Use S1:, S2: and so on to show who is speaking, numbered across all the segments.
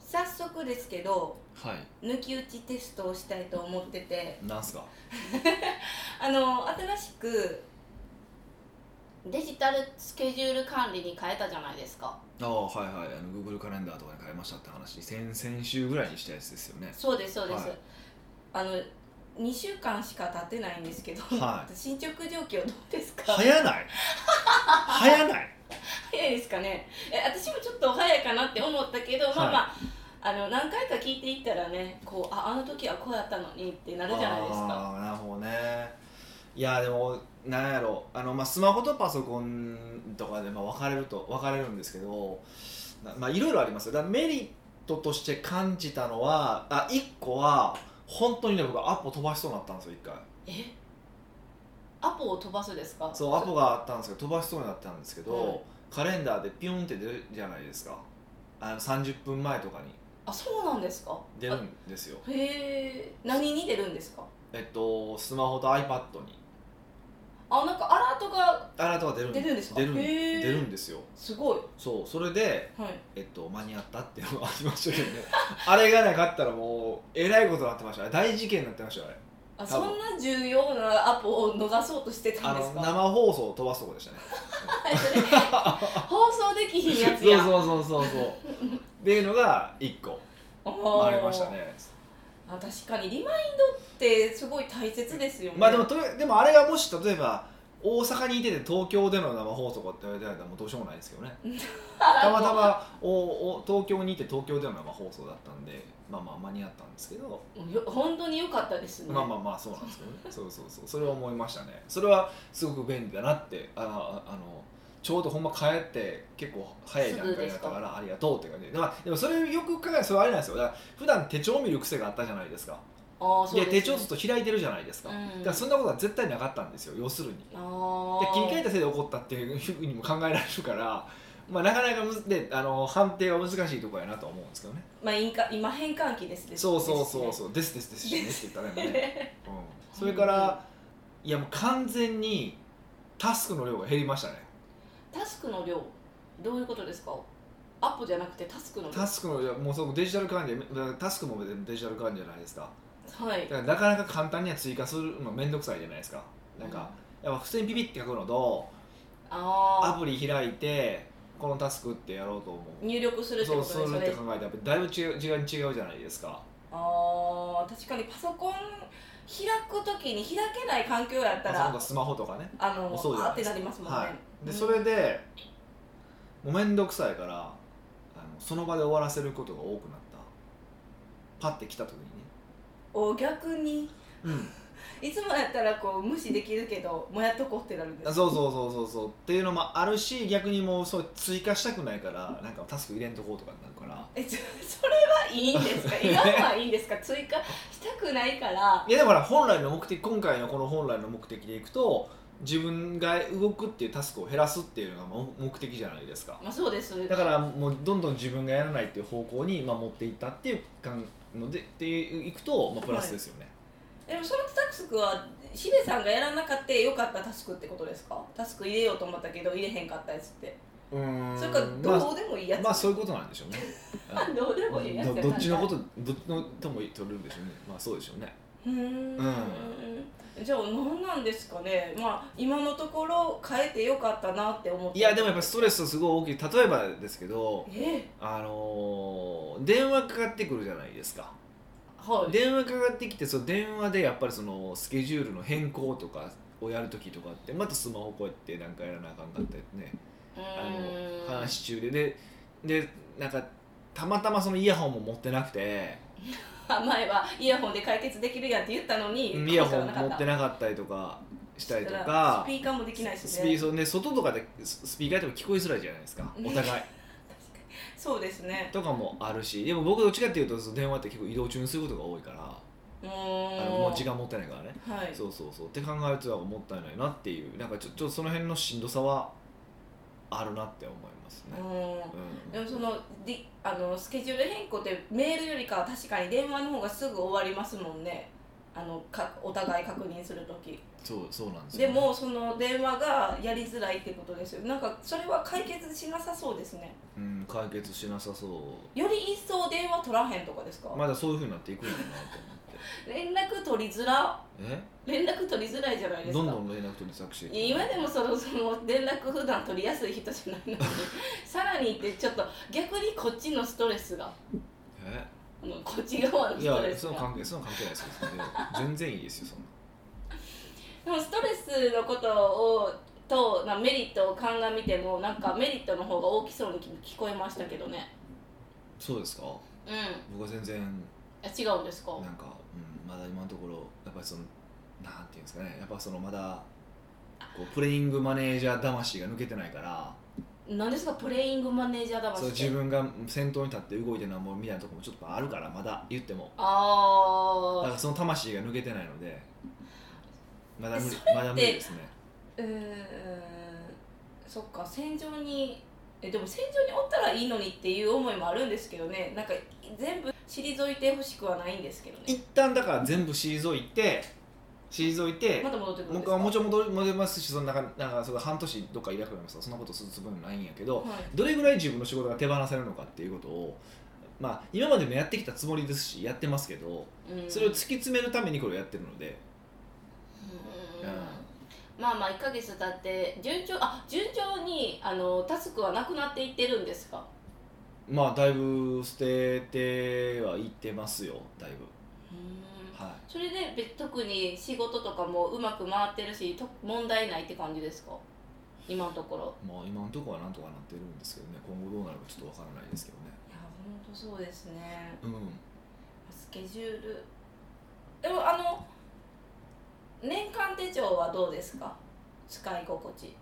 S1: 早速ですけど
S2: はい
S1: 抜き打ちテストをしたいと思ってて
S2: なんすか
S1: あの新しくデジタルスケジュール管理に変えたじゃないですか
S2: ああはいはいあの Google カレンダーとかに変えましたって話先々週ぐらいにしたやつですよね
S1: そうですそうです、
S2: はい
S1: あの2週間しか経ってないんですけど、
S2: は
S1: 進捗状況どうですか
S2: 早ない早ない
S1: 早いですかねえ私もちょっと早いかなって思ったけど、まあまああの何回か聞いていったらねこうああの時はこうやったのにってなるじゃないですか
S2: あーなるほどねいやでもなんやろあの、まあ、スマホとパソコンとかでまあ分かれると分かれるんですけどなまあいろいろありますよだからメリットとして感じたのはあ1個は本当にね僕アポ飛ばしそうになったんですよ1回
S1: えアポを飛ばすですか
S2: そうアポがあったんですけど飛ばしそうになったんですけど、
S1: うん
S2: カレンダーでピュンって出るじゃないですかあの30分前とかに
S1: あそうなんですか
S2: 出るんですよ
S1: あへえ何に出るんですか
S2: えっとスマホと iPad に
S1: あなんかアラートが
S2: アラートが出るん
S1: 出るんですか
S2: 出るん
S1: へー
S2: 出るんですよ
S1: すごい
S2: そうそれで、
S1: はい
S2: えっと、間に合ったっていうのがありましたけどね あれがなかったらもうえらいことになってました大事件になってましたよあれ
S1: あ
S2: 多
S1: そ
S2: 分
S1: んな重要なアポを逃そうとしてた
S2: あ
S1: んです
S2: の
S1: か
S2: 生放送を飛ばすとこでしたね
S1: 放送できひんやつ
S2: そう
S1: や
S2: そうそうそうそうっていうのが1個
S1: おー
S2: ありましたね
S1: あ確かにリマインドってすごい大切ですよね
S2: まあでもとりあえずでもあれがもし例えば大阪にいてて東京での生放送とかって言われたらもうどうしようもないですけどねたまたまおお東京にいて東京での生放送だったんでまあまあ間に合ったんですけど
S1: よ本当に良かったですね、
S2: まあまあまあそうなんですけどね そうそうそうそれは思いましたねそれはすごく便利だなってあああのちょうどほんま帰って結構早い段階だった
S1: すぐ
S2: か
S1: で
S2: らありがとうって感じで、まあ、でもそれよく考えたらそれはあれなんですよだから普段手帳見る癖があったじゃないですか
S1: ああそうで
S2: で
S1: す、ね、
S2: 手帳ずっと開いてるじゃないですか,、
S1: うん
S2: だからそんなことは絶対なかったんですよ要するに
S1: あ
S2: で
S1: あ
S2: 切り替えたせいで起こったっていうふうにも考えられるから、まあ、なかなかむずであの判定は難しいところやなとは思うんですけどね
S1: まあ因果今変換期ですです
S2: そうそ
S1: ですね
S2: うそうそうですですですしねって言ったら今ねうん、
S1: ん
S2: それから、いやもう完全にタスクの量が減りましたね
S1: タスクの量どういうことですかアップじゃなくてタスクの量
S2: タスクの量もうそのデジタル管理タスクもデジタル管理じゃないですか
S1: はい
S2: だからなかなか簡単には追加するのめんどくさいじゃないですかなんか、やっぱ普通にピピって書くのとア
S1: ああ
S2: プリ開いてこのタスクってやろうと思う
S1: 入力するって
S2: そ
S1: こ
S2: う
S1: とです
S2: する
S1: よ
S2: っ
S1: ね
S2: て考えたらやっぱりだいぶ違う違う違うじゃないですか
S1: ああ確かにパソコン開くときに開けない環境やった
S2: まあその
S1: ら
S2: スマホとかね
S1: あの
S2: そうじゃ
S1: あっ
S2: ない
S1: て
S2: です
S1: な
S2: か
S1: りますもんね、
S2: はい、
S1: う
S2: で
S1: ん
S2: それでもう面倒くさいからあのその場で終わらせることが多くなったパッて来た時にね、
S1: お逆に
S2: うん、
S1: いつもやったらこう無視できるけどもやっとこうってなるんです
S2: そうそうそうそうそうっていうのもあるし逆にもうそう追加したくないからなんかタスク入れんとこうとかになるから
S1: えちょそれはいいんです か今のはいいんですか追加したくないから
S2: いやだから本来の目的今回のこの本来の目的でいくと自分が動くっていうタスクを減らすっていうのがもう目的じゃないですか
S1: まあそうです
S2: だからもうどんどん自分がやらないっていう方向にまあ持っていったっていう感のでっていくと、まあ、プラスですよね、
S1: でもそのタスクはヒデさんがやらなかったよかったタスクってことですかタスク入れようと思ったけど入れへんかったやつって
S2: うーん
S1: それかどうでもいいや
S2: まあ、
S1: つ、
S2: まあそういうことなんでしょうね
S1: どうでもいいやつ
S2: ど
S1: や
S2: どっちのことどっちのとも取るんでしょうねまあそうでしょうね
S1: うーんじゃあ何なんですかねまあ今のところ変えてよかったなって思って
S2: いやでもやっぱストレスすごい大きい例えばですけど
S1: え
S2: あのー電話かかってくるじゃないですか
S1: はい
S2: 電話かかってきてその電話でやっぱりそのスケジュールの変更とかをやるときとかってまたスマホこうやってなんかやらなあかんかったりね
S1: う
S2: あ
S1: ーん
S2: の話し中でででなんかたまたまそのイヤホンも持ってなくて
S1: 前はイヤホンで解決できるやんって言ったのに
S2: イヤホン
S1: なか
S2: 持って
S1: た
S2: なかったりとかしたりと
S1: だ
S2: から
S1: スピーカーもできないしね
S2: スピードね外とかでススピーカーでも聞こえづらいじゃないですかお互い
S1: そうですね
S2: とかもあるしでも僕どっちかっていうとその電話って結構移動中にすることが多いから
S1: うー
S2: あ
S1: ん
S2: のもう時間持ってないからね
S1: はい
S2: そうそうそうって考えるとなんかもったいないなっていうなんかちょちょっとその辺のしんどさはあるなって思いますね
S1: う、ーん
S2: うん
S1: でもそのりあのスケジュール変更ってメールよりかは確かに電話の方がすぐ終わりますもんねあのかお互い確認する時
S2: そうそうなんです
S1: で
S2: よね、
S1: もその電話がやりづらいってことですよなんかそれは解決しなさそうですね
S2: うん、解決しなさそう
S1: より一層電話取らへんとかですか、
S2: まだそういうふうになっていくんだなと
S1: 連絡取りづら
S2: 思って
S1: 連絡取りづらいじゃない
S2: え
S1: ですか
S2: どんどん連絡取り作していく
S1: いや今でもそのその連絡普段取りやすい人じゃないの にさらにってちょっと逆にこっちのストレスが
S2: え
S1: あのこっち側の
S2: い
S1: ストレ
S2: や
S1: ス
S2: その
S1: が
S2: 関係その関係ないですよ全然全然いいですよそんな
S1: でもストレスのことをとなメリットを鑑みてもなんかメリットの方が大きそうに聞こえましたけどね
S2: そうですか
S1: うん
S2: 僕は全然
S1: あ違うんですか
S2: なんか、うん、まだ今のところやっぱりそのなんていうんですかねやっぱそのまだこうプレイングマネージャー魂が抜けてないから
S1: 何ですかプレイングマネージャー魂っ
S2: そう
S1: て
S2: 自分が先頭に立って動いてるのはもうみたいなところもちょっとあるからまだ言ってもだか
S1: あ
S2: らその魂が抜けてないのでまだ無理
S1: それって
S2: まだ無理ですね
S1: ーうーんそっか戦場にえでも戦場におったらいいのにっていう思いもあるんですけどねなんか全部退いてほしくはないんですけどね
S2: 一旦だから全部退いて退いて、
S1: また戻ってくるんです
S2: 僕
S1: か
S2: はもちろん戻り戻りますしそのなんかなんかその半年どっかいなくなりますとそんなことするつもりもないんやけど
S1: はい
S2: どれぐらい自分の仕事が手放せるのかっていうことを、まあ、今までもやってきたつもりですしやってますけど
S1: うん
S2: それを突き詰めるためにこれをやってるので、
S1: うん
S2: うん
S1: まあまあ1ヶ月経って順調あ順調にあのタスクはなくなっていってるんですか
S2: まあだいぶ捨ててはいってますよだいぶはい
S1: それで別特に仕事とかもうまく回ってるしと問題ないって感じですか今のところ
S2: まあ今のところはなんとかなってるんですけどね今後どうなるかちょっとわからないですけどね
S1: いや本当そうですね
S2: う
S1: スケジュールでもあの年間手帳はどうですか使い心地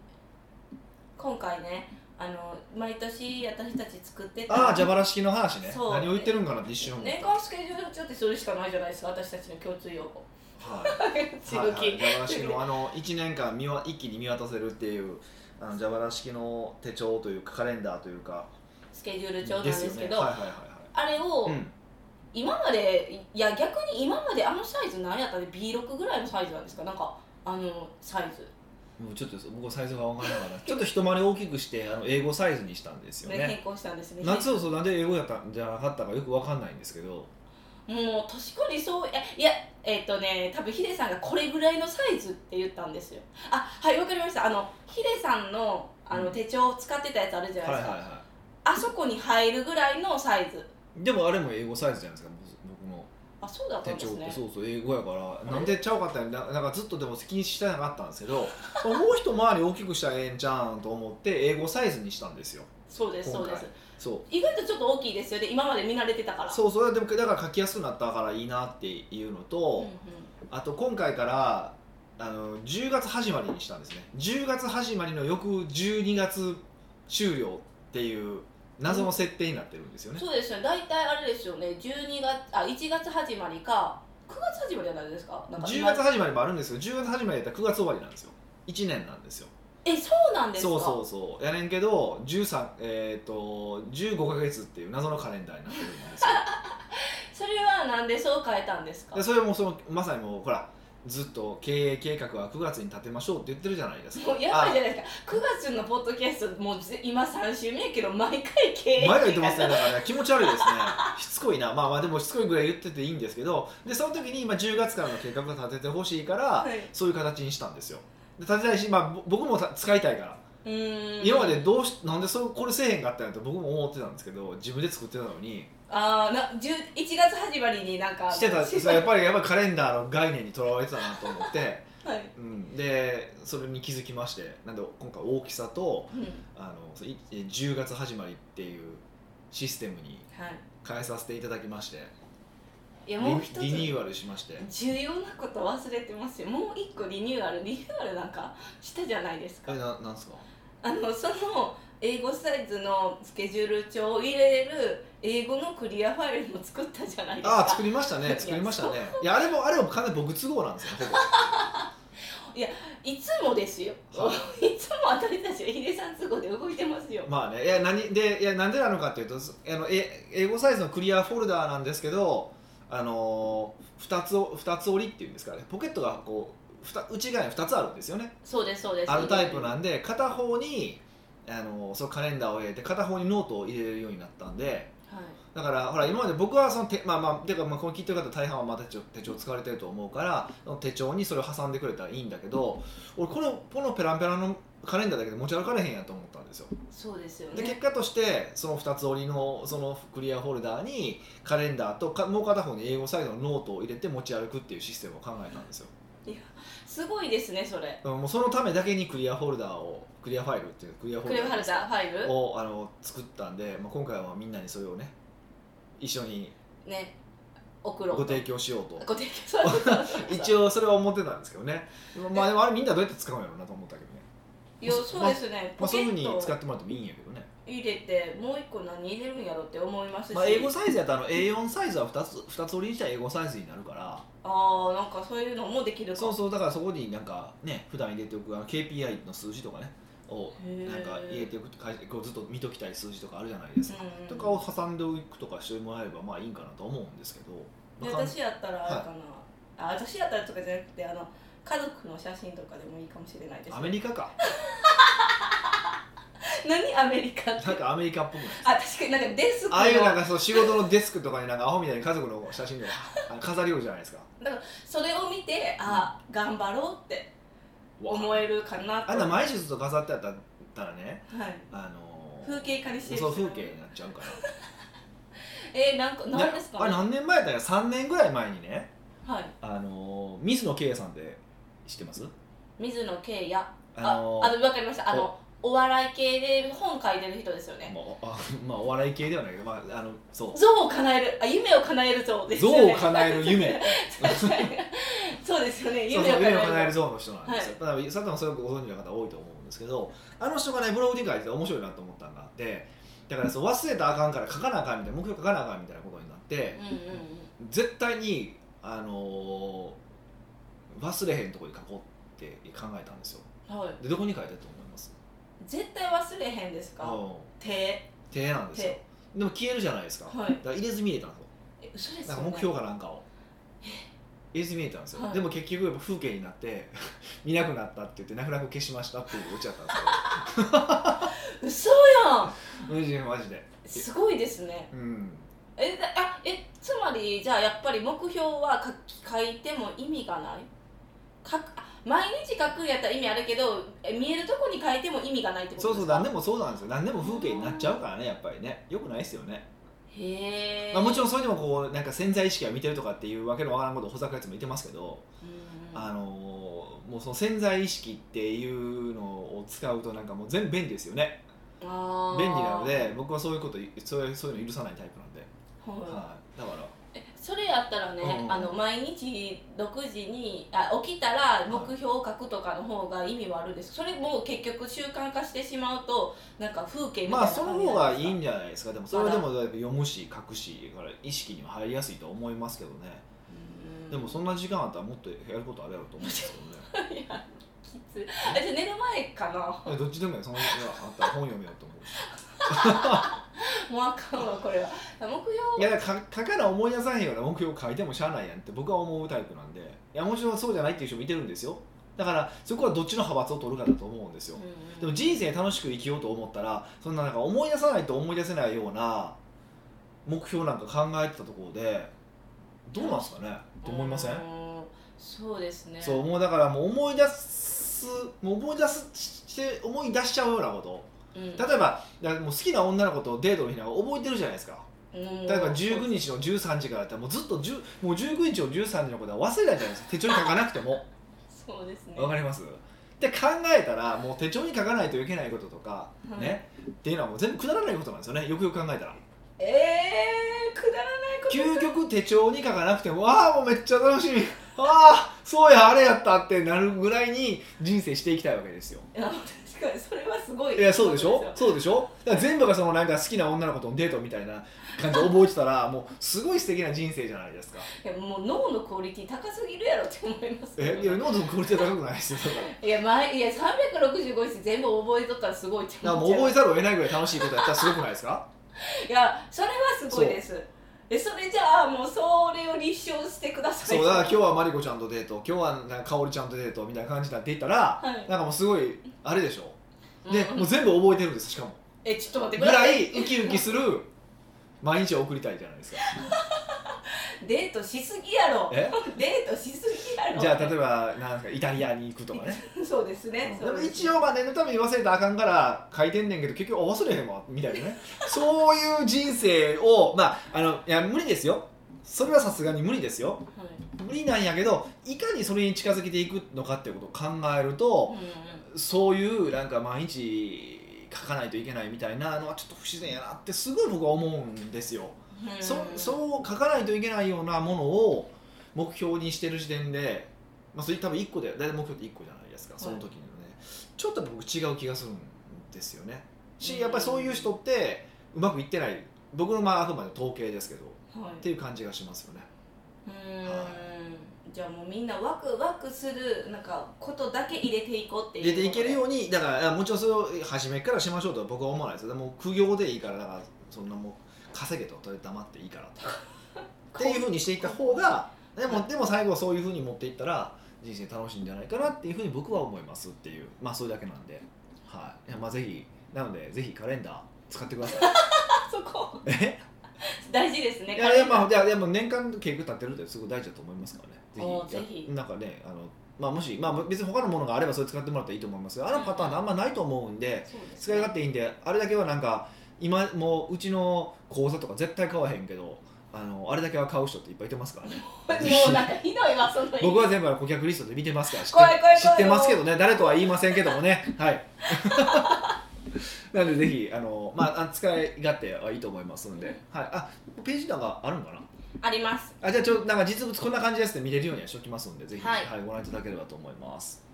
S1: 今回ねあの毎年私たち作って
S2: んああ蛇腹式の話ね
S1: そう
S2: 何を言ってるんかなって一瞬思った
S1: 年間スケジュール帳ってそれしかないじゃないですか私たちの共通用語
S2: はい
S1: ち
S2: はい
S1: ぐ
S2: はい
S1: き
S2: 蛇腹式のあの1年間見わ一気に見渡せるっていうあの蛇腹式の手帳というかカレンダーというか
S1: スケジュール帳なんですけ
S2: よね
S1: ど
S2: はいはいはい
S1: あれを
S2: はい、うん、
S1: 今までいや逆に今まであのサイズ何やったで B6 ぐらいのサイズなんですかなんかあのサイズ
S2: もうちょっと僕はサイズが分からなかったちょっと一回り大きくしてあの英語サイズにしたんですよ
S1: ね
S2: ね
S1: 変更したんですね
S2: 夏をそうなんで英語やったんじゃなかったかよく分かんないんですけど
S1: もう確かにそうえいやえっ、とね多分ヒデさんがこれぐらいのサイズって言ったんですよあはいわかりましたあのヒデさんのあの
S2: うん
S1: 手帳を使ってたやつあるじゃな
S2: はいい
S1: で
S2: はい
S1: すか、
S2: は
S1: あそこに入るぐらいのサイズ
S2: いでもあれも英語サイズじゃないですか僕の
S1: あそうだったん
S2: 手
S1: で
S2: 帳
S1: す
S2: って
S1: ね
S2: そうそう英語やからなんでちゃうかったんやななんかずっとでも気にしてなかったんですけどもう一回り大きくしたらええんちゃうんと思って英語サイズにしたんですよ
S1: そうですそうで
S2: 今
S1: す
S2: 回そう
S1: 意外とちょっと大きいですよね今まで見慣れてたから
S2: そうそうでもだから書きやすくなったからいいなってい
S1: う
S2: うの
S1: んう
S2: と
S1: ん、
S2: あと今回からあの10月始まりにしたんですね10月始まりの翌12月終了っていう謎の設定になってるんですよね、
S1: そうですよね大体あれですよね12月あ1月始まりか9月始まりじゃないですかなんか
S2: 10
S1: 今
S2: 月始まりもあるんですけど10月始まりだったら9月終わりなんですよ1年なんですよ
S1: えそうなんですか
S2: そうそうそうやねんけど13えっ、と15ヶ月っていう謎のカレンダーになってるんです よ
S1: それはなんでそう変えたんですか
S2: でそれもそのまさにもうほらずっと経営計画は9月に立てましょうって言ってるじゃないですか
S1: もうやばいじゃないですか9月のポッドキャストもうぜ今3週目やけど毎回経営
S2: 前が言ってますねだからね気持ち悪いですねしつこいなまあまあでもしつこいぐらい言ってていいんですけどでその時に今10月からの計画を立ててほしいから、
S1: はい
S2: そういう形にしたんですよで立てたいし、まあ、ぼ僕もた使いたいから、
S1: うーん
S2: 今までどうしなんでそうこれせえへんかったんやと僕も思ってたんですけど自分で作ってたのに
S1: あーな10 1月始まりになんか
S2: してたそうやっぱりやっぱりカレンダーの概念にとらわれてたなと思 って、
S1: はい、
S2: うん、でそれに気づきましてなんで今回大きさと
S1: うん
S2: あのそうい10月始まりっていうシステムに
S1: はい、
S2: 変えさせていただきまして
S1: いや
S2: リ
S1: もう一つ
S2: リニューアルしまして
S1: 重要なこと忘れてますよもう一個リニューアルリニューアルなんかしたじゃないです
S2: あ
S1: か
S2: れななんすか
S1: あのその英語サイズのスケジュール帳を入れる英語のクリアファイルも作ったじゃないです
S2: あ
S1: か
S2: あ作りましたね作りましたねいやあれもあれも完全に僕都合なんですよほぼ
S1: いつもですよ いつも私たちはヒデさん都合で動いてますよ
S2: まあねいや何でいやなんでなのかっていうとあのえ英語サイズのクリアフォルダーなんですけどああの2つを二つ折りっていうんですかねポケットがこうふた内側に2つあるんですよね
S1: そうですそうです
S2: あるタイプなんで片方にあのそのカレンダーを入れて片方にノートを入れるようになったんで
S1: はい
S2: だからほら今まで僕はその手まあまあていうかまあこの聞いてる方大半はまあ手帳手帳使われてると思うからその手帳にそれを挟んでくれたらいいんだけど俺このこのペランペランのカレンダーだけで持ち歩かれへんやと思ったんですよ
S1: そうですよ
S2: で結
S1: ね
S2: 果としてその2つ折りのそのクリアホルダーにカレンダーとかもう片方に英語サイドのノートを入れて持ち歩くっていうシステムを考えたんですよ
S1: すごいですねそれ
S2: だからもうそのためだけにクリアホルダーをクリアファイルっていうクリアホ
S1: ク
S2: ル
S1: レ
S2: ダ
S1: オハル
S2: ー
S1: ダファイル
S2: をあの作ったんで、まあ、今回はみんなにそれをね一緒に
S1: ね送ろう
S2: ご
S1: と
S2: 提供しようと
S1: ご提供そうそうそうそう
S2: 一応それは思ってたんですけどねまあでもあれみんなどうやって使うんやろうなと思ったけどね、
S1: いやそうですね、
S2: ま
S1: ポ
S2: あ、そう
S1: ケ
S2: いうふうに
S1: ッ
S2: 使っ
S1: ト
S2: てもらってもいいんやけどね、
S1: 入れてもう一個何入れるんやろって思いますし、
S2: まあ、英語サイズやったらあの A4 サイズは2つ二つ折りにしたら英語サイズになるから
S1: ああなんかそういうのもできるか
S2: そうそうだからそこになんかね普段入れておくあの KPI の数字とかねを
S1: へー
S2: なんか入れておくとかこうずっと見ときたい数字とかあるじゃないですか、
S1: うん
S2: とかを挟んでおくとかしてもらえればまあいいんかなと思うんですけど、
S1: で
S2: まあ、
S1: 私やったらあれかな、あ私やったらとかじゃなくてあの家族の写真とかでもいいかもしれないです
S2: アメリカか
S1: 何アメリカって
S2: なんかアメリカっぽくない
S1: あ確かになんかデスクの
S2: ああいうなんかそう仕事のデスクとかになんかアホみたいに家族の写真があの飾りようじゃないですか
S1: それを見てあ頑張ろうって思
S2: わ
S1: えるかなと
S2: あんな毎日ずっと飾ってあったらね
S1: はい、
S2: あの
S1: 風景化にして
S2: そう風景になっちゃうから
S1: えー、なんか何です
S2: な
S1: か
S2: あれ
S1: ね
S2: 何年前だよ3年ぐらい前にね
S1: はい
S2: あのー水野圭さんで知ってます
S1: 水野圭也
S2: あ
S1: あ
S2: の
S1: あのわかりましたあのお笑い系で本書いてる人ですよね
S2: まああまあお 笑い系ではないけど、まあ、あのそう
S1: 像を叶えるあ夢を叶える像です
S2: 像
S1: よね
S2: を叶える夢
S1: 確かにそうですよね
S2: そ
S1: 夢
S2: うそう
S1: を
S2: 夢を
S1: 叶
S2: 叶
S1: え
S2: え
S1: る
S2: る
S1: 像
S2: 像の人なんですよ、だから佐藤もそれをご存知の方多いと思うんですけどあの人がねブログに書いてて面白いなと思ったのがあってだからそう忘れたらあかんから書かなあかんみたいな目標書かなあかんみたいなことになって
S1: うんうんうん
S2: 絶対に、あのー忘れへんとこに書こうって考えたんですよ
S1: はい、
S2: でどこに書いてあったと思います
S1: 絶対忘れへんですか、
S2: うん
S1: 手
S2: 手なんですよでも消えるじゃないですか、
S1: はい
S2: だから入れず見れたんですよ
S1: え嘘です
S2: なん
S1: よ、ね、
S2: か目標かなんかを入れず見えたんですよ、
S1: はい
S2: でも結局やっぱ風景になって 見なくなったって言って泣く泣く消しましたっていうオチだったんです
S1: 嘘やん
S2: けどマジでマジで、
S1: すごいですね
S2: うん、
S1: えだあえつまりじゃあやっぱり目標は書き書いても意味がない書くあ毎日書くんやったら意味あるけどえ見えるとこに書いても意味がないってこ
S2: そ
S1: と
S2: う
S1: です
S2: そう
S1: か
S2: 何でもそうなんですよ何でも風景になっちゃうからねやっぱりねよくないですよね、
S1: へえ、
S2: まあ、もちろんそれでもこうなんか潜在意識が見てるとかっていうわけのわからんことをほざくやつもいてますけど、
S1: うん
S2: あのーもうその潜在意識っていうのを使うとなんかもう全部便利ですよね
S1: あー
S2: 便利なので僕はそういうことそういうそういうの許さないタイプなんで、
S1: は
S2: はい、だから
S1: い、えそれやったらね、
S2: うん
S1: あの毎日6時にあ起きたら目標を書くとかの方が意味はあるですそれも結局習慣化してしまうとなんか風景みたいな
S2: まあその方がいい
S1: ん
S2: んじゃないですかでもそれはでもだいぶ読むし書くしだから意識には入りやすいと思いますけどね、でもそんな時間あったらもっとやることあるやろうと思うんですけどね
S1: いやきついあじゃあ寝る前かな
S2: え どっちでもいいよその時間あったら本読めようと思うし
S1: もうあかんわこれは目標
S2: いやだからか書かな思い出さへんような目標を書いてもしゃあないやんって僕は思うタイプなんでいやもちろんそうじゃないっていう人もいてるんですよだからそこはどっちの派閥を取るかだと思うんですよ、でも人生楽しく生きようと思ったらそんななんか思い出さないと思い出せないような目標なんか考えてたところでどうなんですかねと思いません、
S1: うーそうですね
S2: そうもうだからもう思い出すもう思い出すして思い出しちゃうようなこと
S1: うん、
S2: 例えばだからもう好きな女の子とデートの日なんか覚えてるじゃないですか
S1: うん
S2: 例えば19日の13時からだったらもうずっと10もう19日の13時のことは忘れないじゃないですか手帳に書かなくても
S1: そうですね
S2: わかりますって考えたらもう手帳に書かないといけないこととか
S1: はい
S2: ね、っていうのはもう全部くだらないことなんですよねよくよく考えたら
S1: えー、くだらないこと
S2: 究極手帳に書かなくてもああもうめっちゃ楽しみああそうやあれやったってなるぐらいに人生していきたいわけですよ
S1: いや確かにそれはすごい
S2: いやそうでしょ
S1: ことすよ
S2: そうでしょだから全部がそのなんか好きな女の子とのデートみたいな感じで覚えてたらもうすごい素敵な人生じゃないですか
S1: いやもう脳のクオリティ高すぎるやろって思いますけ
S2: え
S1: ど
S2: いやノートのクオリティは高くないです よだから
S1: いや前いや365日全部覚えとったらすごいって
S2: だから
S1: 思
S2: も
S1: っ
S2: う
S1: ちゃう
S2: 覚えざるを得ないぐらい楽しいことやったらすごくないですか
S1: いやそれはすごいですえそれじゃあもうそれをを立証してください
S2: そうだから今日はマリコちゃんとデート今日はなんか香織ちゃんとデートみたいな感じになっていったら、
S1: はい
S2: なんかもうすごいあれでしょで、
S1: うん
S2: もう全部覚えてるんですしかも
S1: えちょっと待って
S2: ぐらいウキウキする毎日を送りたいじゃないです か
S1: デートしすぎやろ
S2: え
S1: デートしすぎやろ
S2: じゃあ例えばなんですかイタリアに行くと かね
S1: そうですね
S2: でも一
S1: 応
S2: 応まあ念のために忘れたらあかんから書いてんねんけど結局忘れへんわみたい なねそういう人生をまああのいや無理ですよそれはさすがに無理ですよ無理なんやけどいかにそれに近づけていくのかっていうことを考えるとそういうなんか毎日書かないといけないみたいなのはちょっと不自然やなってすごい僕は思うんですよ。そそう書かないといけないようなものを目標にしてる時点で、まあ、それ多分1個で大体目標って1個じゃないですか
S1: はい
S2: その時のね、ちょっと僕違う気がするんですよね
S1: う
S2: し
S1: ん
S2: やっぱりそういう人ってうまくいってない僕のまああくまで統計ですけどっ
S1: うんはい
S2: ていう感じがしますよね
S1: うーんじゃあもうみんなワクワクするなんかことだけ入れていこうっていう
S2: 入れていけるようにだからあもちろんそれを初めからしましょうとは僕は思わないですよでも苦行でいいからだからそんなもう稼げととりあえず黙っていいからとっていうふうにしていった方がでもでも最後はそういうふうに持っていったら人生楽しいんじゃないかなっていうふうに僕は思いますっていうまあそれだけなんで、はい、いやまあぜひなのでぜひカレンダー使ってください
S1: あそこ
S2: え
S1: 大事ですね
S2: いやいやまあいやいやもう年間計画立てるってすごい大事だと思いますから
S1: お
S2: ね
S1: ー
S2: ぜ
S1: ぜ
S2: ひ
S1: ひ
S2: いやなんかねあのまあもしまあ別に他のものがあればそれ使ってもらったらいいと思いますけどあのパターンあんまないと思うんで
S1: そうです
S2: 使
S1: ね
S2: い勝手いいんであれだけはなんか今もううちの口座とか絶対買わへんけどあのあれだけは買う人っていっぱいいてますからね
S1: もうなんかひどいわその言い
S2: 僕は全部あの顧客リストで見てますから知って
S1: 怖い怖い怖い
S2: 知ってますけどね誰とは言いませんけどもねはい なのでぜひあの、まああ、使い勝手はいいと思いますので、はい、あページなんかあるんかな
S1: あります
S2: あじゃあちょなんか実物こんな感じですって見れるようにはしておきますのでぜひ、は
S1: はいい
S2: ご覧いただければと思います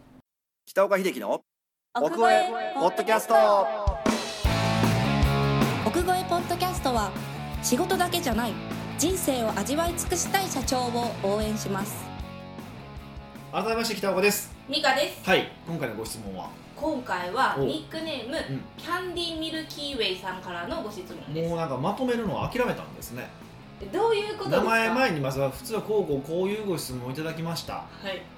S2: 北岡秀樹の
S3: 奥越えポッドキャスト
S4: 奥越えポッドキャストは仕事だけじゃない人生を味わい尽くしたい社長を応援します
S2: 改めまして北岡です
S1: ミカです
S2: はい今回のご質問は
S1: 今回は
S2: お
S1: ニックネーム、
S2: ん
S1: キャンディミルキーウェイさんからのご質問で
S2: もう
S1: す
S2: なんかまとめるのを諦めたんですね
S1: どういうことです
S2: 名
S1: か
S2: 前
S1: はい
S2: 前にまずは普通はこうこうこういうご質問をいただきました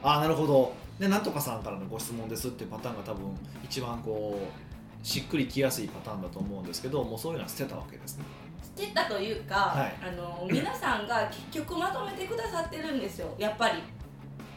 S2: ああなるほどでなんとかさんからのご質問ですっていうパターンが多分一番こうしっくりきやすいパターンだと思うんですけどもうそういうのは捨てたわけですね
S1: 捨てたというか、
S2: はい
S1: あの皆さんが結局まとめてくださってるんですよやっぱり
S2: う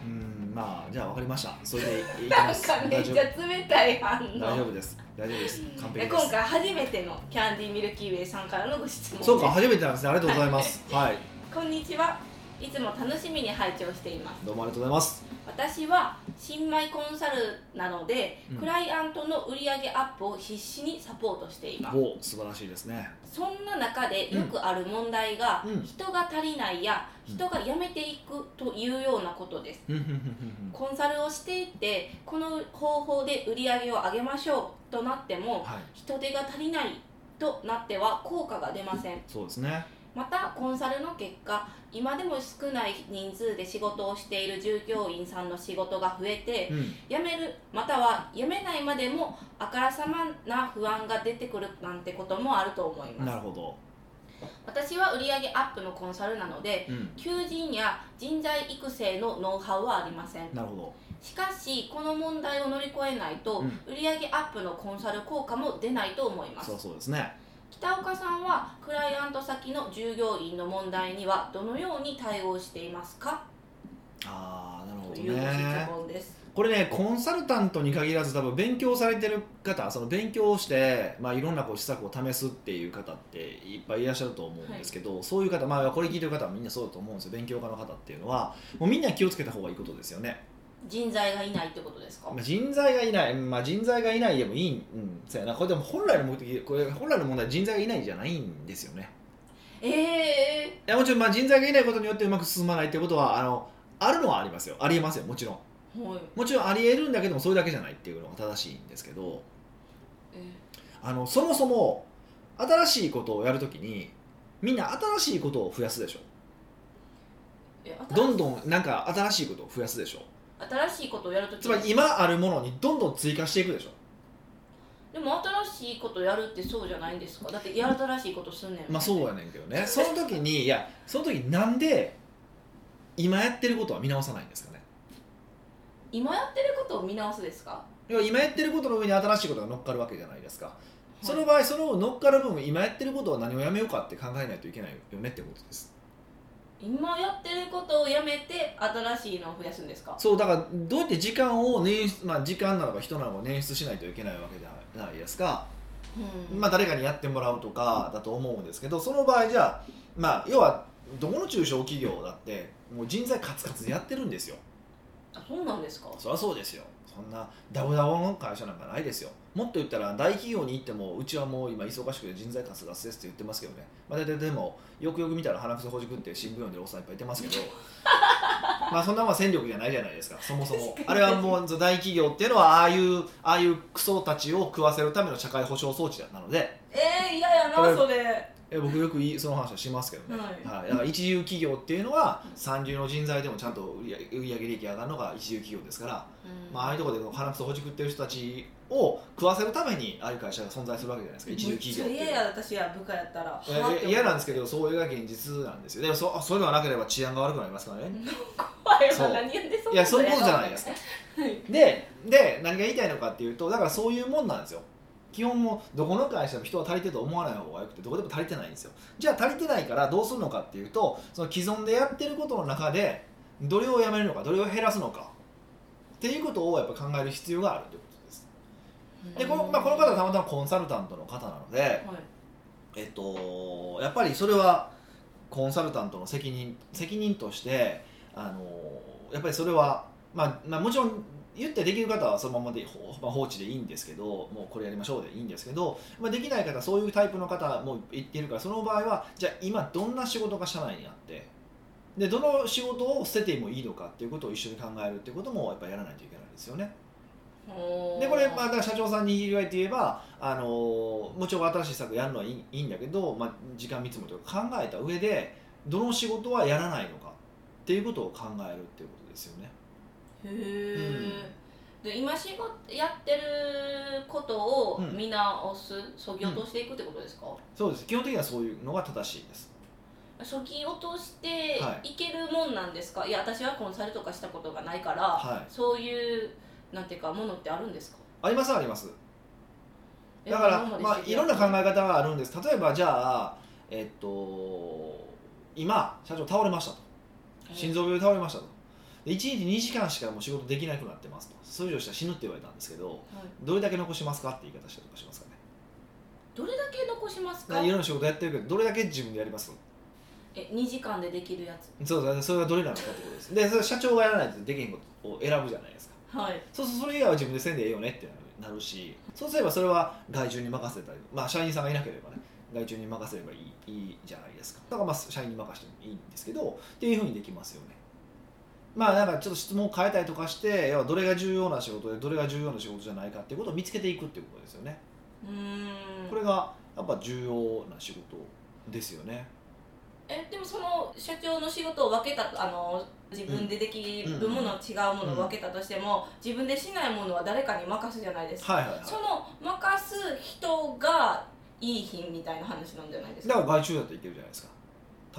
S2: ーんまあじゃあ分かりましたそれでいいき
S1: な
S2: ま
S1: ん
S2: す
S1: かめっ
S2: 大
S1: ち
S2: 丈
S1: ゃ
S2: 夫
S1: 冷たい反
S2: 大
S1: 応
S2: 丈夫です大丈夫です完
S1: で
S2: 璧で
S1: 今
S2: す
S1: 回初めてのキャンディミルキーウェイさんからのご質問です
S2: そうか初めてなんですねありがとうございますはい
S1: こんにちはいつも楽しみに拝聴しています
S2: どうもありがとうございます
S1: 私は新米コンサルなので、
S2: うん
S1: クライアントの売上アップを必死にサポートしています
S2: お素晴らしいです ね
S1: そんな中でよくある問題が、
S2: うん
S1: 人が足りないや
S2: うん
S1: 人が辞めていくというようなことです
S2: うんうんうん
S1: コンサルをしていってこの方法で売り上げを上げましょうとなって
S2: うん
S1: も
S2: はい
S1: 人手が足りないとなっては効果が出ません
S2: そうですね
S1: またコンサルの結果今でも少ない人数で仕事をしている従業員さんの仕事が増えて
S2: うん
S1: 辞めるまたは辞めないまでもあからさまな不安が出てくるなんてこともあると思います
S2: なるほど
S1: 私は売上アップのコンサルなので
S2: うん
S1: 求人や人材育成のノウハウはありません
S2: なるほ
S1: しかしこの問題を乗り越えないと、
S2: うん
S1: 売上アップのコンサル効果も出ないと思いま
S2: ど
S1: す
S2: そうそうですね
S1: 北岡さんはクライアント先の従業員の問題にはどのように対応していますか
S2: ああなるほ
S1: と
S2: ど
S1: いうご質
S2: ね
S1: 問です、
S2: これねコンサルタントに限らず多分勉強されてる方その勉強をして、まあ、いろんなこう施策を試すっていう方っていっぱいいらっしゃると思うんですけど、そういう方、まあ、これ聞いてる方はみんなそうだと思うんですよ勉強家の方っていうのはもうみんな気をつけた方がいいことですよね、
S1: 人材がいないってことですか、
S2: まあ、人材がいない、まあ、人材がいないでもいい、うん、そうやなこれでも本来の目的これ本来の問題は人材がいないじゃないんですよね
S1: え
S2: いやもちろんまあ人材がいないことによってうまく進まないってことはあのあるのはありますよありえますよもちろん
S1: ー、はい、
S2: もちろんありえるんだけどもそれだけじゃないっていうのが正しいんですけど
S1: え
S2: あのそもそも新しいことをやるときにみんな新しいことを増やすでしょ
S1: ーえ
S2: どん
S1: ん
S2: どんなんか新しいことを増やすでしょ
S1: 新しいことをやるとき
S2: つまり今あるものにどんどん追加していくでしょ
S1: でも新しいことやるってそうじゃないんですかだって新しいことすんねん
S2: まあそうやねんけどねその時にいやその時なんで今やってることは見直さないんですかね
S1: 今やってることを見直すですか
S2: 要は今やってることの上に新しいことが乗っかるわけじゃないですか、その場合その乗っかる分今やってることは何をやめようかって考えないといけないよねってことです
S1: 今やってることをやめて新しいのを増やすんですか
S2: そうだからどうやって時間を捻出、まあ、時間なのか人なのか捻出しないといけないわけじゃないですか、
S1: うん
S2: まあ、誰かにやってもらうとかだと思うんですけどその場合じゃあ、まあ、要はどこの中小企業だってもう人材カツカツでやってるんですよ
S1: あそうなんですか
S2: そりゃそうですよそんなダボダボの会社なんかないですよもっと言ったら大企業に行ってもうちはもう今忙しくて人材カスガスですって言ってますけどね、まあ、大体でもよくよく見たら鼻くそほじくって新聞読んでるおっさんいっぱいいてますけどまあそんなまあ戦力じゃないじゃないですかそもそも
S1: 確か
S2: あ
S1: に
S2: れはもう大企業っていうのはああいうああいうクソたちを食わせるための社会保障装置なので
S1: えー、嫌や
S2: これ
S1: なそれ
S2: え僕よくいその話はしますけどね、
S1: はい
S2: だから一流企業っていうのは三流の人材でもちゃんと売り上売上利益上がるのが一流企業ですからまあ、ああいうところでこう鼻くそほじくってる人たちを食わせるためにああいう会社が存在するわけじゃないですか一流企業
S1: めっちゃ
S2: って
S1: 嫌や私は部下やったら
S2: いやいや嫌なんですけ
S1: ど
S2: どそういうが現実なんですよでもそそういうのがなければ治安が悪くなりますからね
S1: 怖い
S2: そう
S1: わ何やってそ
S2: いやそういうことじゃないですか
S1: はい
S2: でで何が言いたいのかっていうとだからそういうもんなんですよ基本もうどこの会社でも人は足りてると思わない方がよくてどこでも足りてないんですよじゃあ足りてないからどうするのかっていうとその既存でやってることの中でどれをやめるのかどれを減らすのかっていうことをやっぱ考える必要があるということですでこの,、まあ、この方はたまたまコンサルタントの方なので、
S1: はい
S2: えっと、やっぱりそれはコンサルタントの責任責任としてあのやっぱりそれは、まあまあ、もちろん言ってできる方はそのままでほ、まあ、放置でいいんですけどもうこれやりましょうでいいんですけど、まあ、できない方そういうタイプの方もいっているからその場合はじゃあ今どんな仕事が社内にあってでどの仕事を捨ててもいいのかっていうことを一緒に考えるっていうこともやっぱりやらないといけないですよね。
S1: ほー
S2: でこれ、まあ、だから社長さんに言いって言えば、あのーもちろん新しい策やるのはいいいいんだけど、まあ、時間見積もりとか考えた上でどの仕事はやらないのかっていうことを考えるっていうことですよね。
S1: へえ、で今仕事やってることを
S2: うん
S1: 見直す、そぎ落としていくってことですか、
S2: そうです基本的にはそういうのが正しいです。
S1: そぎ落として
S2: はい
S1: けるもんなんですか、い、や私はコンサルとかしたことがないから、
S2: はい
S1: そういうなんていうかものってあるんですか
S2: ありますあります。
S1: え
S2: だから
S1: 今ま、で
S2: まあ、
S1: 知
S2: い
S1: り合
S2: ろ
S1: っ
S2: ん
S1: た
S2: な考え方があるんです。例えばじゃあ、えっと、今社長倒れましたと心臓病で倒れましたと。で1日2時間しかもう仕事できなくなってますとそれ以上したら死ぬって言われたんですけど
S1: はい
S2: どれだけ残しますかって言い方したりとかしますかね
S1: どれだけ残します
S2: まあ
S1: か
S2: いろんな仕事やってるけどどれだけ自分でやります
S1: え2時間でできるやつ
S2: そうそうそれがどれなのかってことですでそれ社長がやらないとできへんことを選ぶじゃないですか
S1: はい
S2: そうそうそれ以外は自分でせんでええよねってなるしそうすればそれは外注に任せたりまあ社員さんがいなければね外注に任せればいいいいじゃないですかだからまあ社員に任せてもいいんですけどっていうふうにできますよねまあなんかちょっと質問を変えたりとかして要はどれが重要な仕事でどれが重要な仕事じゃないかっていうことを見つけていくっていうことですよね
S1: うーん
S2: これがやっぱ重要な仕事ですよね
S1: えでもその社長の仕事を分けたあの自分でできるもの、違うものを分けたとしても、自分でしないものは誰かに任すじゃないですか、
S2: はいはいはい
S1: その任す人がいい品みたいな話なんじゃないです
S2: だ
S1: か
S2: から外注だといけるじゃないですか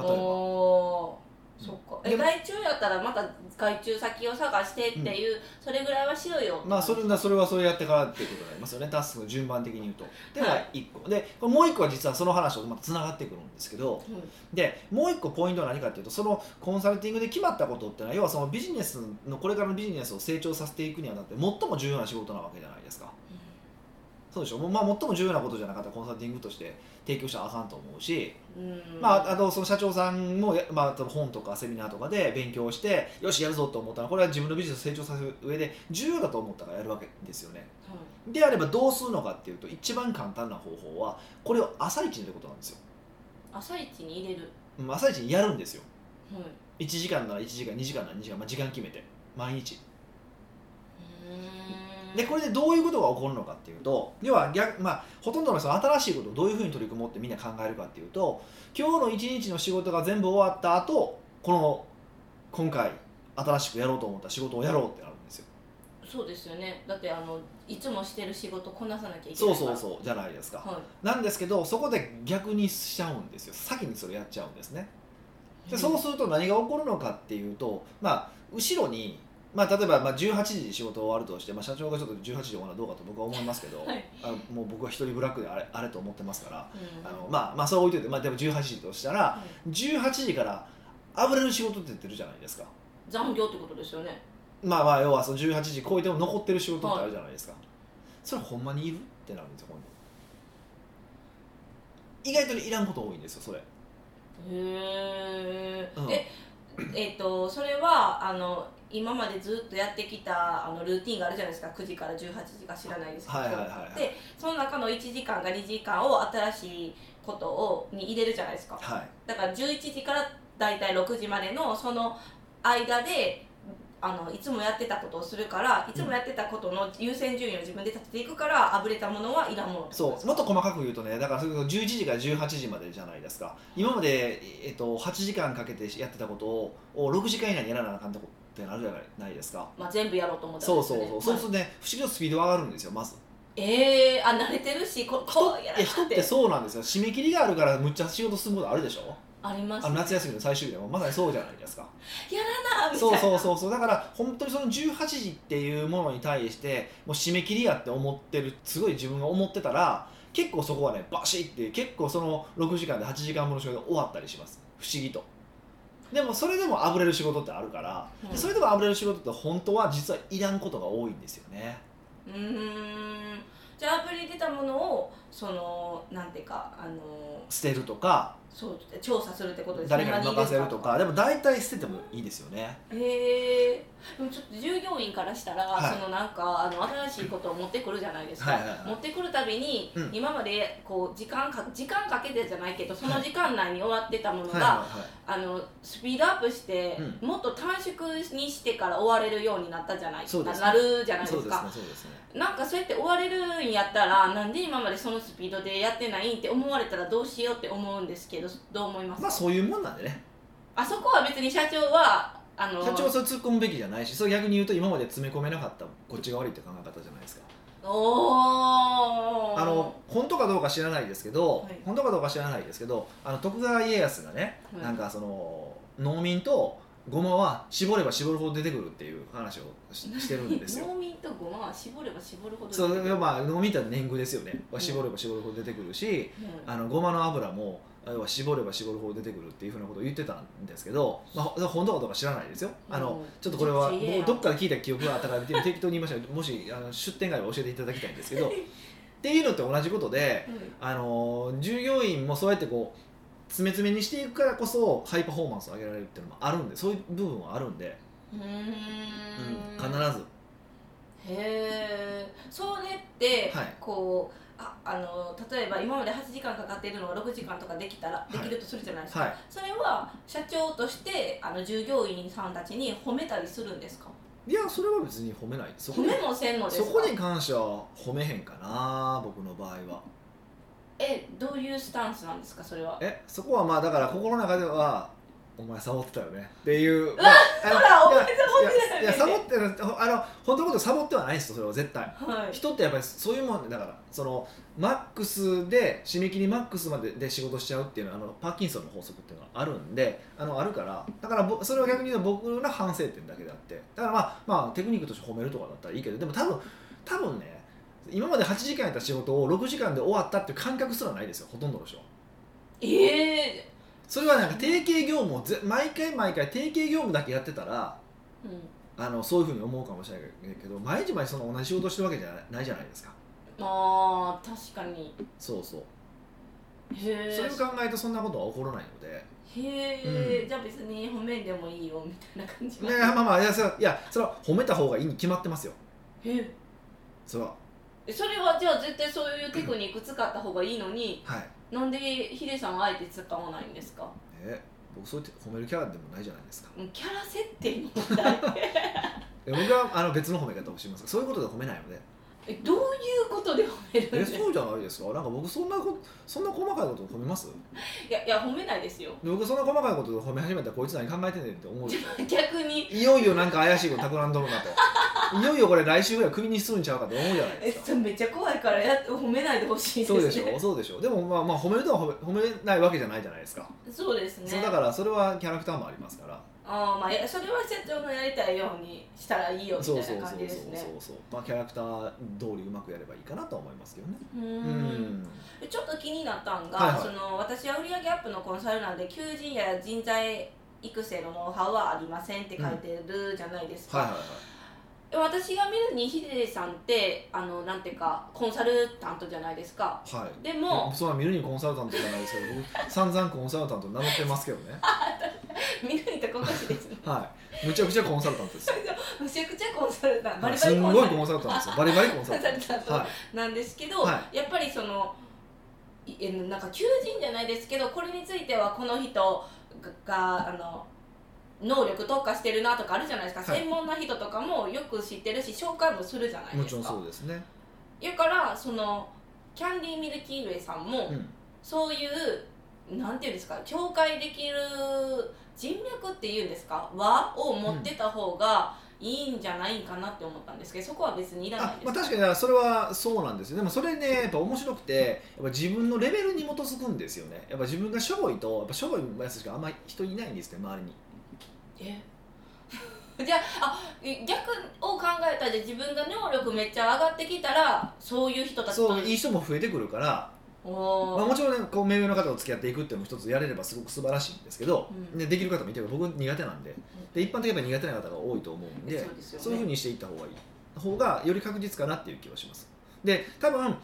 S2: 例えば
S1: おーそっかえ
S2: でも
S1: 外注やったらまた外注先を探してっていう、それぐらいはしろよ
S2: まあそれなそれはそれやってからっていうことになりますよねタスクの順番的に言うとでは1個でこれもう1個は実はその話とまたつながってくるんですけど
S1: うん
S2: でもう1個ポイントは何かっていうとそのコンサルティングで決まったことっていうのは要はそのビジネスのこれからのビジネスを成長させていくにはだって最も重要な仕事なわけじゃないですかそうでしょもうまあ最も重要なことじゃなかったらコンサルティングとして提供したらあかんと思うし
S1: うん
S2: まあ、あとその社長さんも、やまあ、あと本とかセミナーとかで勉強してよしやるぞと思ったらこれは自分のビジネスを成長させる上で重要だと思ったからやるわけですよねであればどうするのかっていうと一番簡単な方法はこれを朝一にやることなんですよ
S1: 朝一に入れる、
S2: うん朝一にやるんですよ
S1: はい
S2: 1時間なら1時間2時間なら2時間、まあ、時間決めて毎日
S1: うーん
S2: でこれでどういうことが起こるのかっていうと要は逆、まあ、ほとんどの人は新しいことをどういうふうに取り組もうってみんな考えるかっていうと今日の一日の仕事が全部終わった後この今回新しくやろうと思った仕事をやろうってなるんですよ
S1: そうですよねだってあのいつもしてる仕事こなさなきゃいけ
S2: そ
S1: ない
S2: う
S1: か
S2: そう
S1: ら
S2: そうじゃないですか
S1: はい
S2: なんですけどそこで逆にしちゃうんですよ先にそれやっちゃうんですねでそうすると何が起こるのかっていうと、まあ、後ろに、まあ、例えばまあ18時に仕事終わるとして、まあ、社長がちょっと18時終わるのはどうかと僕は思いますけど、
S1: はい
S2: あのもう僕は一人ブラックであれあれと思ってますから
S1: うん
S2: あの、まあ、まあそう置いといて、まあ、でも18時としたら
S1: はい
S2: 18時からあぶれる仕事って言ってるじゃないですか。
S1: 残業ってことですよね
S2: まあまあ要はその18時超えても残ってる仕事ってあるじゃないですか、それほんまにいるってなるんですよ今度意外とねいらんこと多いんですよそれ
S1: へー
S2: うん
S1: ええっとそれはあの今までずっとやってきたあのルーティンがあるじゃないですか9時から18時か知らないですけど、
S2: はいはいはいはい
S1: でその中の1時間か2時間を新しいことをに入れるじゃないですか
S2: はい
S1: だから11時からだいたい6時までのその間であのいつもやってたことをするからいつもやってたことの優先順位を自分で立てていくからあぶれたものはいらんもの
S2: そうもっと細かく言うとねだからそれこそ11時から18時までじゃないですか今まで、えっと、8時間かけてやってたことをを6時間以内にやらなあかんとこってなるじゃないないですか
S1: まあ、全部やろうと思った
S2: そうそうそう、
S1: はい
S2: そうするとね不思議とスピードが上がるんですよまず
S1: ええあ慣れてるしここうやらな
S2: いや人っ
S1: く
S2: てそうなんですよ締め切りがあるからむっちゃ仕事することあるでしょ
S1: あります
S2: あの夏休みの最終日でもまさにそうじゃないですか
S1: やらなみたい
S2: そう
S1: な
S2: そうそうそうだから本当にその18時っていうものに対してもう締め切りやって思ってるすごい自分が思ってたら結構そこはねバシッて結構その6時間で8時間分の仕事が終わったりします不思議とでもそれでもあぶれる仕事ってあるから、
S1: うん
S2: でそれでもあぶれる仕事って本当は実はいらんことが多いんですよね
S1: うーんじゃあアプリに出たものをそのなんていうかあの
S2: 捨てるとか
S1: そう調査するってことですね
S2: 誰かに任せるとかでも大体捨ててもいいですよね
S1: へえでもちょっと従業員からしたら、
S2: はい
S1: そのなんかあの新しいことを持ってくるじゃないですか、
S2: はいはいはい
S1: 持ってくるたびに、
S2: うん
S1: 今までこう時間か時間かけてじゃないけどその時間内に終わってたもの
S2: は
S1: が、
S2: いはいはい
S1: あのスピードアップして、もっと短縮にしてから終われるようになったじゃない
S2: そうですね
S1: ななるじゃないで
S2: そう
S1: す
S2: です
S1: か
S2: ねそうですね
S1: なんかそうやって終われるんやったらなんで今までそのスピードでやってないんって思われたらどうしようって思うんですけどどう思います
S2: まあそういうもんなんでね
S1: あそこは別に社長はあの
S2: 社長はそれ突っ込むべきじゃないしそれ逆に言うと今まで詰め込めなかったこっちが悪いって考え方じゃないですか
S1: おー
S2: あの本当かどうか知らないですけど、
S1: はい
S2: 本当かどうか知らないですけどあの徳川家康がね、
S1: はい
S2: なんかその農民とごまは絞れば絞るほど出てくるっていう話を ししてるんですよ
S1: 農民とごまは絞れば絞るほど
S2: それ
S1: うん
S2: まあ農民って年貢ですよね絞れば絞るほど出てくるしあのごまの油も要は絞れば絞るほど出てくるっていうふうなことを言ってたんですけど、まあ、本当かどうか知らないですよあの、
S1: うん
S2: ちょっとこれは
S1: めっちゃ嫌や
S2: もうどっかで聞いた記憶があったから適当に言いましたけどもしあの出店街を教えていただきたいんですけ どっていうのと同じことで
S1: うん
S2: あの従業員もそうやってこう詰め詰めにしていくからこそハイパフォーマンスを上げられるっていうのもあるんでそういう部分はあるんで、
S1: う
S2: うん、
S1: ー
S2: 必
S1: ん
S2: ず
S1: へえそれって、
S2: はい
S1: こうああの例えば今まで8時間かかっているのが6時間とかできたら
S2: い
S1: できるとするじゃないですか、
S2: はい
S1: それは社長としてあの従業員さんたちに褒めたりするんですか
S2: いやそれは別に褒めないそこ
S1: 褒
S2: に
S1: めもせんのです
S2: そ
S1: か
S2: こに関しては褒めへんかな僕の場合は
S1: えどういうスタンスなんですかそれは
S2: えそこはまあだから心の中ではお前サボってたよねっていう、まあ
S1: ほら
S2: いや
S1: お前サボってたよね
S2: いやいやサボってるあの本当のことサボってはないですよそれは絶対
S1: はい
S2: 人ってやっぱりそういうもんでだからそのマックスで締め切りマックスまでで仕事しちゃうっていうのはあのパーキンソンの法則っていうのがあるんであのあるからだからぼそれは逆に言うと僕の反省点だけであってだからまあ、まあ、テクニックとして褒めるとかだったらいいけどでも多分多分ね今まで8時間やった仕事を6時間で終わったっていう感覚すらないですよほとんどの人は
S1: ええ
S2: それはなんか定型業務をぜ毎回毎回定型業務だけやってたら
S1: うん
S2: あのそういうふうに思うかもしれないけど毎日毎日その同じ仕事してるわけじゃないないじゃないですか
S1: まあ確かに
S2: そうそう
S1: へえ
S2: それを考えるとそんなことは起こらないので、
S1: へえ、
S2: うん
S1: じゃあ別に褒めんでもいいよみたいな感じ
S2: ね、まあまあいやそれはいやそれは褒めた方がいいに決まってますよ
S1: え
S2: それは
S1: えそれはじゃあ絶対そういうテクニック使った方がいいのに、
S2: はい
S1: なんでヒデさんはあえて使わないんですか
S2: え僕そうやって褒めるキャラでもないじゃないですか
S1: もうキャラ設定の問題
S2: で僕はあの別の褒め方をしますそういうことで褒めないので
S1: えどういうことで褒めるん
S2: え
S1: ですか
S2: そうじゃないですかなんか僕そんなこそんな細かいことを褒めます
S1: いやいや褒めないですよ
S2: で僕そんな細かいことを褒め始めたらこいつ何考えてんねんって思うでしょ
S1: 逆に
S2: いよいよなんか怪しいこと企んどるなといよいよこれ来週ぐらいクビにするんちゃうかと思うじゃない
S1: え
S2: です
S1: ち
S2: か
S1: ょめっちゃ怖いからや褒めないでほしいです
S2: そ
S1: ね
S2: うでしょそうでしょでもまあまあ褒めるとは褒め褒めないわけじゃないじゃないですか、
S1: そうですね
S2: そうだからそれはキャラクターもありますから
S1: あーまあやそれは社長のやりたいようにしたらいいよみ
S2: そう
S1: た
S2: そ
S1: いうな
S2: そう
S1: 感
S2: そ
S1: じ
S2: う
S1: で
S2: そう
S1: すね
S2: そうまあキャラクター通りうまくやればいいかなとは思いますけどね
S1: うー
S2: うん
S1: ちょっと気になったんが、
S2: はいはい
S1: その私は売上アップのコンサルなんで求人や人材育成のノウハウはありませんって書いてるじゃないですか、
S2: はいはいはい
S1: 私が見るにヒデさんってあのなんていうかコンサルタントじゃないですか
S2: はい
S1: でも
S2: そんな見るにコンサルタントじゃないですけど僕散々コンサルタント名乗ってますけどね
S1: 見るにとこかし ですね
S2: はいむちゃくちゃコンサルタントですよ
S1: むちゃくちゃコンサルタントバリバ
S2: す
S1: リ
S2: ん
S1: コン
S2: ごい
S1: サル
S2: コンサルタントですよバリバリコンサルタント
S1: コンサルタント
S2: はい
S1: なんですけど、
S2: は
S1: やっぱりそのいえなんか求人じゃないですけどこれについてはこの人ががあの能力特化してるなとかあるじゃないですか、
S2: はい
S1: 専門な人とかもよく知ってるし紹介もするじゃない
S2: も
S1: で
S2: ちろ
S1: す
S2: ん
S1: か
S2: そうですね、
S1: だからそのキャンディーミルキーウェイさんも、
S2: うん
S1: そういうなんていうんですか境界できる人脈っていうんですか和を持ってた方がいいんじゃないかなって思ったんですけど、そこは別にいらない
S2: あ
S1: です
S2: まあ、確かにだからそれはそうなんですよでもそれねやっぱ面白くてやっぱ自分のレベルに基づくんですよねやっぱ自分がしょぼいとやっぱしょぼいやつしかあんまり人いないんですね周りに
S1: え じゃああ逆を考えたらじゃあ自分が能力めっちゃ上がってきたらそういう人たちと
S2: そういい人も増えてくるから、
S1: お
S2: まあ、
S1: ー
S2: もちろんねこう目上の方と付き合っていくっていうのも一つやれればすごく素晴らしいんですけど、
S1: うん
S2: でできる方もいてる僕苦手なんでで一般的にはやっぱ苦手な方が多いと思うんで
S1: そうですよね
S2: そういうふうにしていった方がいい方がより確実かなっていう気はしますで多分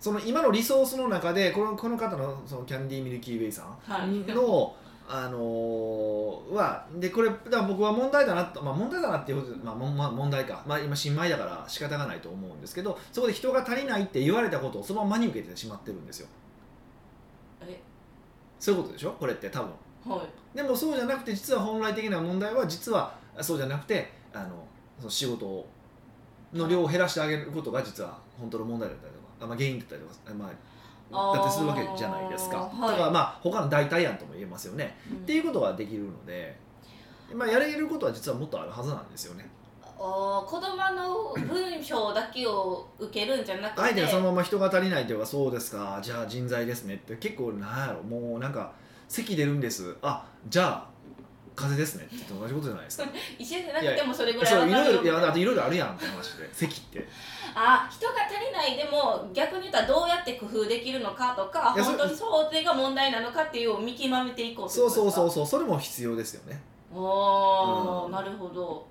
S2: その今のリソースの中でこのこの方のそのキャンディーミルキーウェイさんの、あのーはでこれだから僕は問題だなと、まあ、問題だなっていうことで、まあもんまあ、問題か、まあ、今新米だから仕方がないと思うんですけどそこで人が足りないって言われたことをそのまま真に受けてしまってるんですよ
S1: え
S2: そういうことでしょこれって多分
S1: はい
S2: でもそうじゃなくて実は本来的な問題は実はそうじゃなくてあのその仕事をの量を減らしてあげることが実は本当の問題だったりとか、あまあ、原因だったりとか、ま
S1: あ
S2: あ、
S1: ー
S2: だってするわけじゃないですか、
S1: はい
S2: だからまあ他の代替案とも言えますよね、
S1: うん
S2: っていうことができるので、まあ、やれることは実はもっとあるはずなんですよね
S1: おー子供の文章だけを受けるんじゃなくて
S2: 相手がそのまま人が足りないというかそうですかじゃあ人材ですねって結構なんやろもうなんか咳出るんですあじゃあ風邪ですねって言って同じことじゃないですか
S1: 一緒じゃなくてもそれぐらい
S2: そうい
S1: わかる
S2: ろいろい
S1: よ
S2: やだっていろいろあるやんって話で 席ってい
S1: あ人が足りないでも逆に言ったらどうやって工夫できるのかとか
S2: いやそ
S1: 本当に想定が問題なのかっていうのを見極めていこうって
S2: そ
S1: こ
S2: う
S1: と
S2: そうそう
S1: です
S2: そうそれも必要ですよね
S1: かおー、
S2: うん
S1: なるほど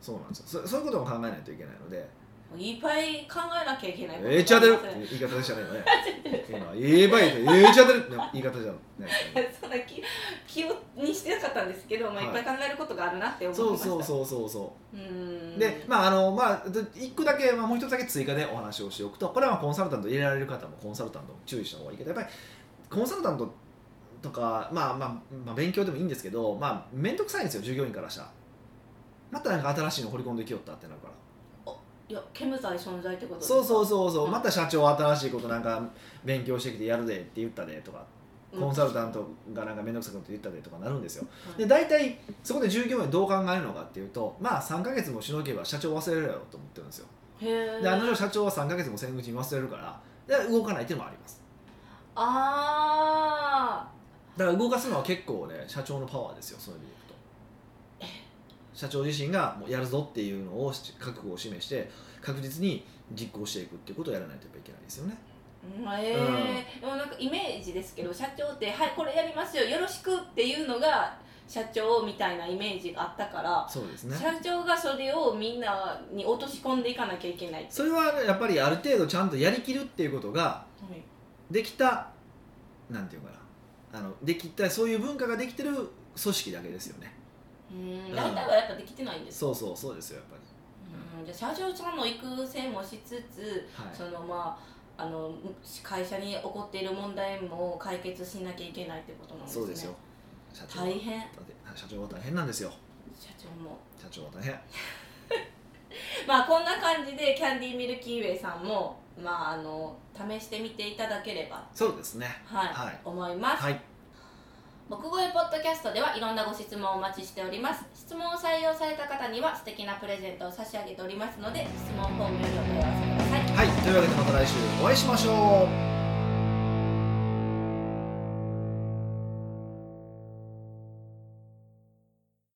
S2: そうなんですよそそういうことも考えないといけないので
S1: いっぱい考えなきゃいけないこと
S2: えー、ちゃ出るっ
S1: が
S2: て
S1: ありますね
S2: 言い方でしたね今ね 今言えばい いってえー、ちゃ出るって言い方じゃないですかね
S1: そんな気気をにしてなかったんですけど、まあ、いっ
S2: は
S1: ぱ
S2: い
S1: い考えることがあるなって思い
S2: そ
S1: ま
S2: う
S1: した、
S2: そうそうそうそう
S1: うーん
S2: でまああのまあで一個だけ、まあ、もう一つだけ追加でお話をしておくとこれはまあコンサルタント入れられる方もコンサルタントも注意した方がいいけどやっぱりコンサルタントとか、まあまあ、まあ勉強でもいいんですけどまあ面倒くさいんですよ従業員からしたらまたなんか新しいの掘り込んできよったってなるから
S1: いや煙剤存在ってことです
S2: そうそうそうそう
S1: うん
S2: また社長新しいことなんか勉強してきてやるでって言ったでとか
S1: うん
S2: コンサルタントがなんか面倒くさくなって言ったでとかなるんですよ
S1: はい
S2: で大体そこで従業員どう考えるのかっていうとまあ3ヶ月もしのげば社長忘れるやろうと思ってるんですよ
S1: へえ
S2: であの社長は3ヶ月も戦口に忘れるからで動かない手もあります
S1: あ
S2: だから動かすのは結構ね社長のパワーですよそういう意味でいくと社長自身がもうやるぞっていうのをし覚悟を示して確実に実行していくっていうことをやらないとやっぱいけないですよね
S1: ーうんええでもなんかイメージですけど社長って「はいこれやりますよよろしく」っていうのが社長みたいなイメージがあったから、
S2: そうですね
S1: 社長がそれをみんなに落とし込んでいかなきゃいけない、
S2: それはねやっぱりある程度ちゃんとやりきるっていうことができたなんていうかなあのできたそういう文化ができてる組織だけですよね
S1: うん大体はやっぱできてないんです
S2: そうそうそうですよやっぱり
S1: うんじゃあ社長さんの育成もしつつ、
S2: はい
S1: そのまああの会社に起こっている問題も解決しなきゃいけないってことなんですね
S2: そうですよ社長は
S1: 大変
S2: だって社長は大変なんですよ
S1: 社長も
S2: 社長は大変
S1: まあこんな感じでキャンディーミルキーウェイさんもまああの試してみていただければ
S2: そうですね
S1: はい、
S2: はい
S1: 思います、
S2: はい
S1: 木越ポッドキャストではいろんなご質問をお待ちしております質問を採用された方には素敵なプレゼントを差し上げておりますので質問フォームよりお問い合わせください
S2: はいというわけでまた来週お会いしましょう